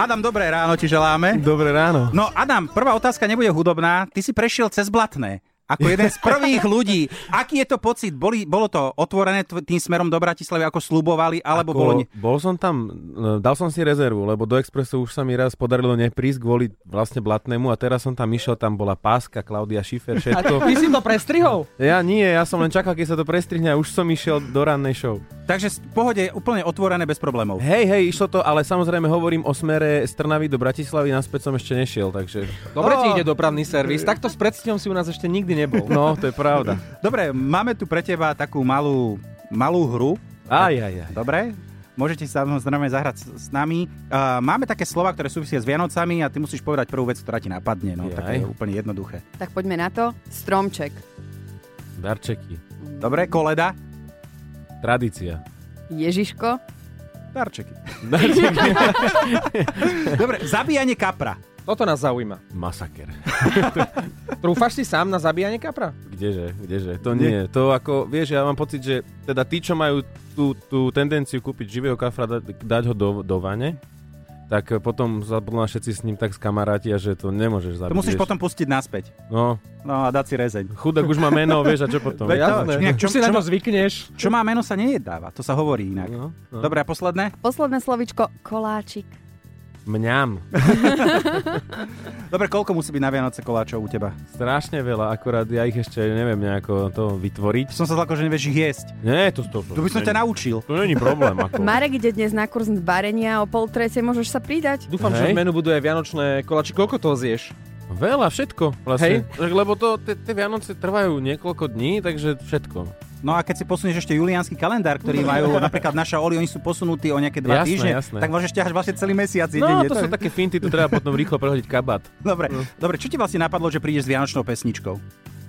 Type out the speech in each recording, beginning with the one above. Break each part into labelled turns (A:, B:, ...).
A: Adam, dobré ráno ti želáme.
B: Dobré ráno.
A: No Adam, prvá otázka nebude hudobná. Ty si prešiel cez Blatné. Ako jeden z prvých ľudí. Aký je to pocit? Boli, bolo to otvorené tv- tým smerom do Bratislavy, ako slubovali, alebo
B: Ako,
A: bolo... Ne...
B: Bol som tam, e, dal som si rezervu, lebo do Expressu už sa mi raz podarilo neprísť kvôli vlastne Blatnému a teraz som tam išiel, tam bola páska, Klaudia Schiffer,
C: A
B: všetko.
C: ty si to prestrihol?
B: Ja nie, ja som len čakal, keď sa to prestrihne a už som išiel do rannej show.
A: Takže v pohode je úplne otvorené bez problémov.
B: Hej, hej, išlo to, ale samozrejme hovorím o smere z Trnavy do Bratislavy, naspäť som ešte nešiel, takže...
C: Dobre ti
B: No,
C: ide dopravný servis. Takto s predstihom si u nás ešte nikdy nebol.
B: No, to je pravda.
A: Dobre, máme tu pre teba takú malú, malú hru.
B: Aj, aj, aj.
A: Dobre? Môžete sa samozrejme zahrať s- s nami. Uh, máme také slova, ktoré súvisia s Vianocami a ty musíš povedať prvú vec, ktorá ti napadne. No, tak to je
B: Jaj.
A: úplne jednoduché.
D: Tak poďme na to. Stromček.
B: Darčeky.
A: Dobre, koleda,
B: Tradícia.
D: Ježiško.
A: darčeky.
B: Darčeky.
A: Dobre, zabíjanie kapra.
C: Toto nás zaujíma.
B: Masaker.
C: Trúfaš si sám na zabíjanie kapra?
B: Kdeže, kdeže, to nie. To ako, vieš, ja mám pocit, že teda tí, čo majú tú, tú tendenciu kúpiť živého kafra, da, dať ho do, do vane, tak potom sa podľa mňa všetci s ním tak skamarátia, že to nemôžeš zabiť.
A: To musíš
B: vieš.
A: potom pustiť naspäť.
B: No,
A: No a dať si rezeň.
B: chudák už má meno, vieš, a čo potom?
A: Veď
B: Ja-
A: Jasné. Inak, čo-
C: Už si
A: čo
C: na to
A: ma-
C: zvykneš.
A: Čo má meno sa nejedáva, to sa hovorí inak.
B: No, no.
A: Dobre, a posledné?
D: Posledné slovičko. Koláčik.
B: Mňam.
A: Dobre, koľko musí byť na Vianoce koláčov u teba?
B: Strašne veľa, akurát ja ich ešte neviem nejako to vytvoriť.
A: Som sa zlako, že nevieš ich jesť.
B: Nie, to, to, to,
A: To by som ťa naučil.
B: to není problém. Ako.
D: Marek ide dnes na kurz varenia. O pol tretej môžeš sa pridať.
C: Dúfam, že
B: Hej.
C: v menu budú aj vianočné koláči. Koľko toho zješ?
B: Veľa, všetko vlastne. Hej. Lebo to, tie- tie Vianoce trvajú niekoľko dní, takže všetko.
A: No a keď si posunieš ešte juliánsky kalendár, ktorý majú napríklad naša Oli, oni sú posunutí o nejaké dva
B: Jasné,
A: týždne,
B: jasné.
A: tak môžeš ťahať vlastne celý mesiac.
B: No,
A: jedenie.
B: to sú také finty, to treba potom rýchlo prehodiť kabát.
A: Dobre, dobre, čo ti vlastne napadlo, že prídeš s vianočnou pesničkou?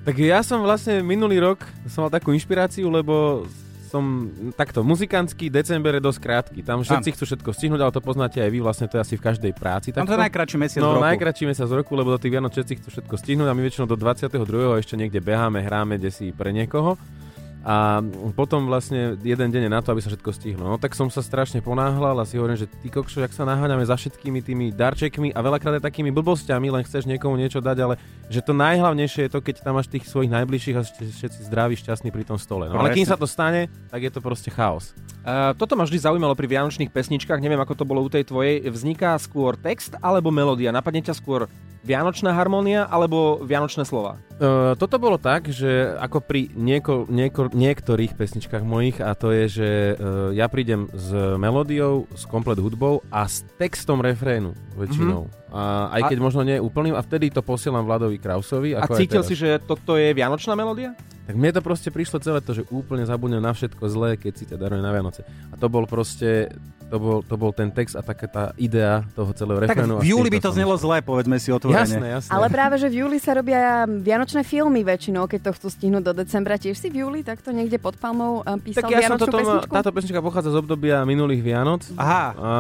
B: Tak ja som vlastne minulý rok som mal takú inšpiráciu, lebo som takto, muzikantský december je dosť krátky. Tam všetci chcú všetko stihnúť, ale to poznáte aj vy, vlastne to je asi v každej práci.
A: Tam to je
B: takto.
A: najkračší mesiac v
B: No,
A: roku.
B: najkračší mesiac roku, lebo do tých Vianoc všetci chcú všetko stihnúť a my väčšinou do 22. ešte niekde beháme, hráme desi pre niekoho. A potom vlastne jeden deň je na to, aby sa všetko stihlo. No tak som sa strašne ponáhľal a si hovorím, že ty kokšo, jak sa naháňame za všetkými tými darčekmi a veľakrát aj takými blbostiami, len chceš niekomu niečo dať, ale že to najhlavnejšie je to, keď tam máš tých svojich najbližších a ste všetci zdraví, šťastní pri tom stole. No, ale kým
A: Presne.
B: sa to stane, tak je to proste chaos.
C: Uh, toto ma vždy zaujímalo pri vianočných pesničkách, neviem ako to bolo u tej tvojej, vzniká skôr text alebo melódia? Napadne ťa skôr vianočná harmónia alebo vianočné slova?
B: Uh, toto bolo tak, že ako pri nieko, nieko, niektorých pesničkách mojich a to je, že uh, ja prídem s melódiou, s komplet hudbou a s textom refrénu väčšinou. Mm-hmm. A, aj keď a... možno nie úplným a vtedy to posielam Vladovi Krausovi.
C: A
B: Ako aj
C: cítil
B: teraz.
C: si, že toto je vianočná melódia?
B: Tak mne to proste prišlo celé to, že úplne zabudnem na všetko zlé, keď si ťa daruje na Vianoce. A to bol proste, to bol, to bol ten text a taká tá idea toho celého
A: Tak
B: refrénu. a
A: v júli
B: s týmto
A: by to
B: som
A: znelo zle, povedzme si
B: išiel.
A: otvorene.
B: Jasné, jasné.
D: Ale práve, že v júli sa robia vianočné filmy väčšinou, keď to chcú stihnúť do decembra. Tiež si v júli takto niekde pod palmou eh, písal
B: Tak ja som
D: vianočnú
B: toto, ma-
D: pesničku?
B: táto pesnička pochádza z obdobia minulých Vianoc.
A: Aha,
B: A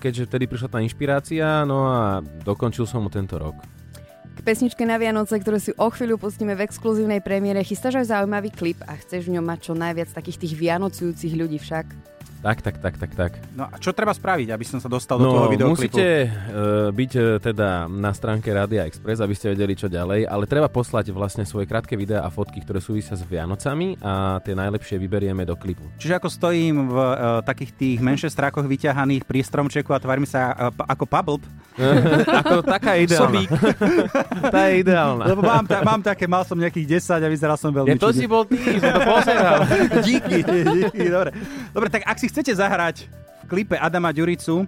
B: keďže vtedy prišla tá inšpirácia, no a dokončil som mu tento rok.
D: K pesničke na Vianoce, ktorú si o chvíľu pustíme v exkluzívnej premiére, chystáš aj zaujímavý klip a chceš v ňom mať čo najviac takých tých vianocujúcich ľudí však.
B: Tak, tak, tak, tak, tak.
A: no a čo treba spraviť, aby som sa dostal do toho
B: No,
A: videoklipu?
B: musíte uh, byť uh, teda na stránke Radia Express, aby ste vedeli, čo ďalej, ale treba poslať vlastne svoje krátke videá a fotky, ktoré súvisia s Vianocami a tie najlepšie vyberieme do klipu.
A: Čiže ako stojím v e, takých tých menšestrákoch vyťahaných pri stromčeku a tvarím sa e, p- ako pablb,
B: Ako taká ideálna. tá je ideálna.
A: lebo mám, ta, mám také, mal som nejakých 10 a vyzeral som veľmi
B: Ja, to si
A: čudne.
B: bol ty, som to pozeral.
A: Díky, díky, dobre. Dobre, tak ak si chcete zahrať v klipe Adama Ďuricu,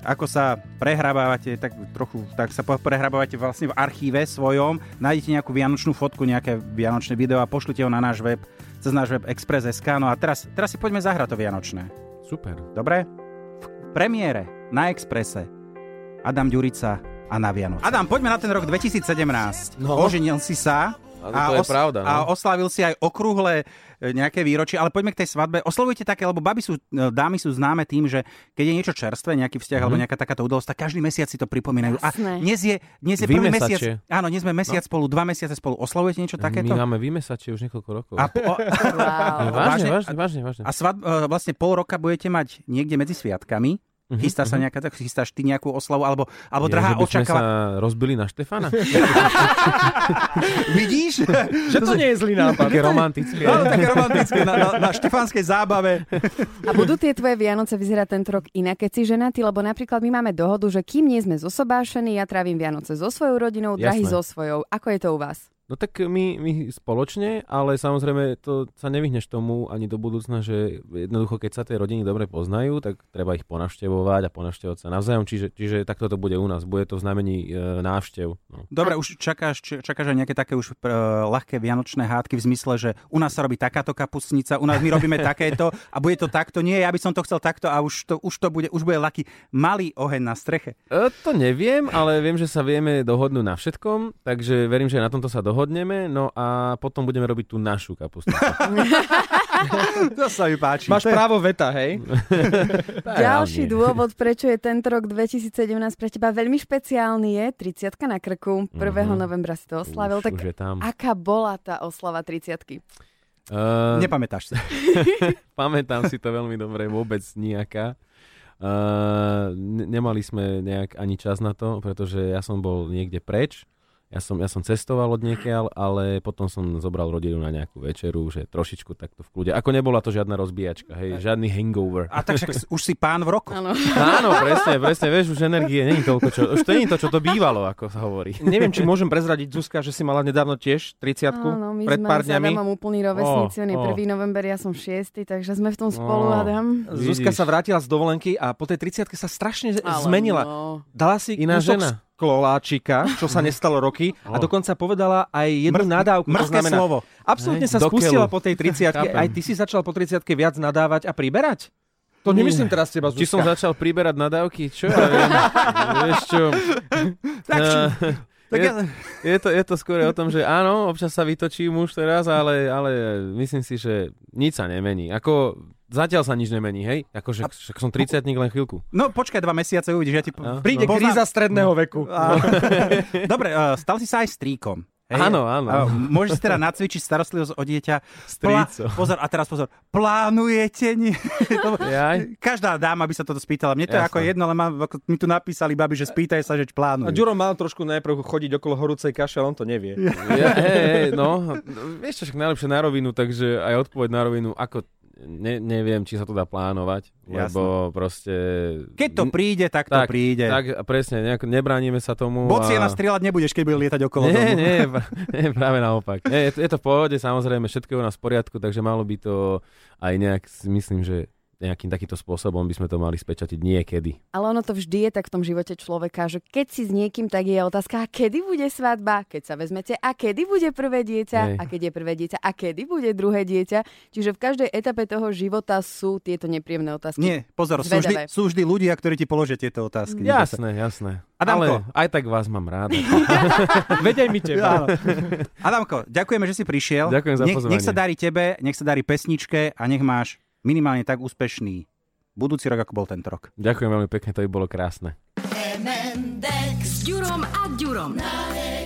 A: ako sa prehrabávate, tak trochu tak sa po- prehrabávate vlastne v archíve svojom, nájdete nejakú vianočnú fotku, nejaké vianočné video a pošlite ho na náš web, cez náš web Express.sk. No a teraz, teraz si poďme zahrať to vianočné.
B: Super.
A: Dobre? V premiére na Exprese Adam Ďurica a na Vianoce. Adam, poďme na ten rok 2017. No.
B: No.
A: Oženil si sa.
B: Áno, to je pravda, no.
A: a oslavil si aj okrúhle e, nejaké výročie, ale poďme k tej svadbe. Oslovujte také, lebo baby sú, e, dámy sú známe tým, že keď je niečo čerstvé, nejaký vzťah
B: Mhm.
A: alebo nejaká takáto udalosť, tak každý mesiac si to pripomínajú. A
D: Jasné.
A: dnes je, dnes je prvý mesiac.
B: Vymesačie.
A: Áno, dnes sme mesiac spolu, dva mesiace spolu. Oslavujete niečo
B: My
A: takéto?
B: máme vymesačie už niekoľko rokov.
A: A, po,
D: Wow.
B: vážne,
A: vážne?
B: vážne, vážne, vážne.
A: eh, a svadb, e, vlastne pol roka budete mať niekde medzi sviatkami. Mm-hmm. Chystá sa nejaká, tak chystáš ty nejakú oslavu, alebo, alebo
B: Je,
A: drahá
B: že by sme
A: očakáva...
B: sa rozbili na Štefana?
A: Vidíš?
C: Že to nie je zlý nápad.
B: Také romantické.
A: Áno, také romantické, na, na, na štefánskej zábave.
D: A budú tie tvoje Vianoce vyzerať tento rok inak, keď si ženatý? Lebo napríklad my máme dohodu, že kým nie sme zosobášení, ja trávim Vianoce so svojou rodinou, drahý
B: Jasné.
D: so svojou. Ako je to u vás?
B: No tak my, my spoločne, ale samozrejme to sa nevyhneš tomu ani do budúcna, že jednoducho keď sa tie rodiny dobre poznajú, tak treba ich ponavštevovať a ponavštevovať sa navzájom, čiže, čiže takto to bude u nás, bude to v znamení e, návštev. No.
A: Dobre, už čakáš, č- čakáš aj nejaké také už e, ľahké vianočné hádky v zmysle, že u nás sa robí takáto kapustnica, u nás my robíme takéto a bude to takto. Nie, ja by som to chcel takto a už to, už to bude, už bude laký malý oheň na streche.
B: E, to neviem, ale viem, že sa vieme dohodnúť na všetkom, takže verím, že na tomto sa dohodneme, no a potom budeme robiť tú našu kapustu.
A: To sa mi páči.
C: Máš
A: To je-
C: právo veta, hej?
D: Ďalší dôvod, prečo je tento rok 2017 pre teba veľmi špeciálny je 30 na krku. 1.
B: Mhm.
D: novembra si to oslavil.
B: Už,
D: tak
B: už je tam.
D: aká bola tá oslava 30
B: E,
A: Nepamätáš sa.
B: Pamätám si to veľmi dobre, vôbec nejaká. Uh, nemali sme nejak ani čas na to, pretože ja som bol niekde preč. Ja som, ja som cestoval od niekiaľ, ale potom som zobral rodinu na nejakú večeru, že trošičku takto v kľude. Ako nebola to žiadna rozbíjačka, hej, žiadny hangover.
A: A tak však s- už si pán v roku.
D: Áno.
B: Áno, presne, presne, vieš, už energie není toľko, čo, už to není to, čo to bývalo, ako sa hovorí.
C: Neviem, či môžem prezradiť Zuzka, že si mala nedávno tiež 30
D: Áno, my
C: pred
D: sme
C: pár
D: s
C: dňami.
D: Adamom úplný
B: Ó,
D: rovesníci, on je
B: ó.
D: 1. november, ja som 6. Takže sme v tom
B: Ó.
D: spolu, Adam.
C: Zuzka
B: Vidíš.
C: sa vrátila z dovolenky a po tej 30 sa strašne
D: Ale
C: zmenila.
D: No.
C: Dala si
B: Iná
C: kúsok
B: žena.
C: z Kloláčika, čo sa nestalo roky a
B: Oh.
C: dokonca povedala aj
A: Mrz-
C: jednu nadávku. to
A: mrzké
C: znamená,
A: slovo.
C: Absolútne
B: Hej,
C: sa
B: do
C: spustila
B: keľu.
C: po tej 30
B: Chápem.
C: Aj ty si začal po 30 viac nadávať a priberať? To nemyslím teraz teba, Zuzka.
B: Či som začal priberať nadávky, čo ja viem, vieš čo.
A: Tak, či-
B: Eh,
A: tak
B: je-
A: ja,
B: Je to, je to skôr o tom, že áno, občas sa vytočím už teraz, ale, ale myslím si, že nič sa nemení. Ako zatiaľ sa nič nemení, hej? Akože však som 30 len chvíľku.
A: no počkaj dva mesiace, uvidíš, ja ti po-
B: A?
C: Príde
A: poznám- No.
C: kríza stredného veku.
A: A- Dobre, eh, stal si sa aj stríkom.
B: Áno, áno.
A: A Môžeš si teda nacvičiť starostlivosť o dieťa.
B: Stríco.
A: pozor, a teraz pozor. Plánujete? Nie, lebo
B: Jaj.
A: Každá dáma by sa toto spýtala. Mne to je
B: Jasné.
A: ako jedno, ale mám, ako mi tu napísali babi, že spýtaj sa, že či
C: A
A: plánujú.
C: Ďuro mal trošku najprv chodiť okolo horúcej kaše, ale on to nevie.
B: Ja, hej, hej, no, vieš čo, však najlepšie na rovinu, takže aj odpoveď na rovinu, ako ne, neviem, či sa to dá plánovať, lebo proste...
A: Keď to príde, tak, to príde.
B: Mm. Tak, a presne, nejak, nebránime sa tomu.
A: Bociena
B: a-
A: strieľať nebudeš, keď bude lietať okolo
B: nie,
A: domu.
B: Nie, pra- nie, práve naopak. Nie, je, to, je to v pohode, samozrejme, všetko je u nás v poriadku, takže malo by to aj nejak, si myslím, že nejakým takýmto spôsobom by sme to mali spečatiť niekedy.
D: Ale ono to vždy je tak v tom živote človeka, že keď si s niekým, tak je otázka, a kedy bude svadba, keď sa vezmete, a kedy bude prvé dieťa,
B: Hej.
D: a keď je prvé dieťa, a kedy bude druhé dieťa. Čiže v každej etape toho života sú tieto nepríjemné otázky.
A: Nie, pozor, sú vždy,
D: Zvedavé.
A: sú vždy ľudia, ktorí ti položia tieto otázky.
B: Jasné, jasné.
A: Adamko.
B: Ale aj tak vás mám rád.
C: Veď aj my teba.
A: Áno. Adamko, ďakujeme, že si prišiel.
B: Ďakujem za
A: nech,
B: pozvanie.
A: Nech sa darí tebe, nech sa darí pesničke a nech máš minimálne tak úspešný budúci rok, ako bol tento rok.
B: Ďakujem veľmi pekne, to by bolo krásne.
E: M&X
F: S Ďurom a Ďurom.
E: na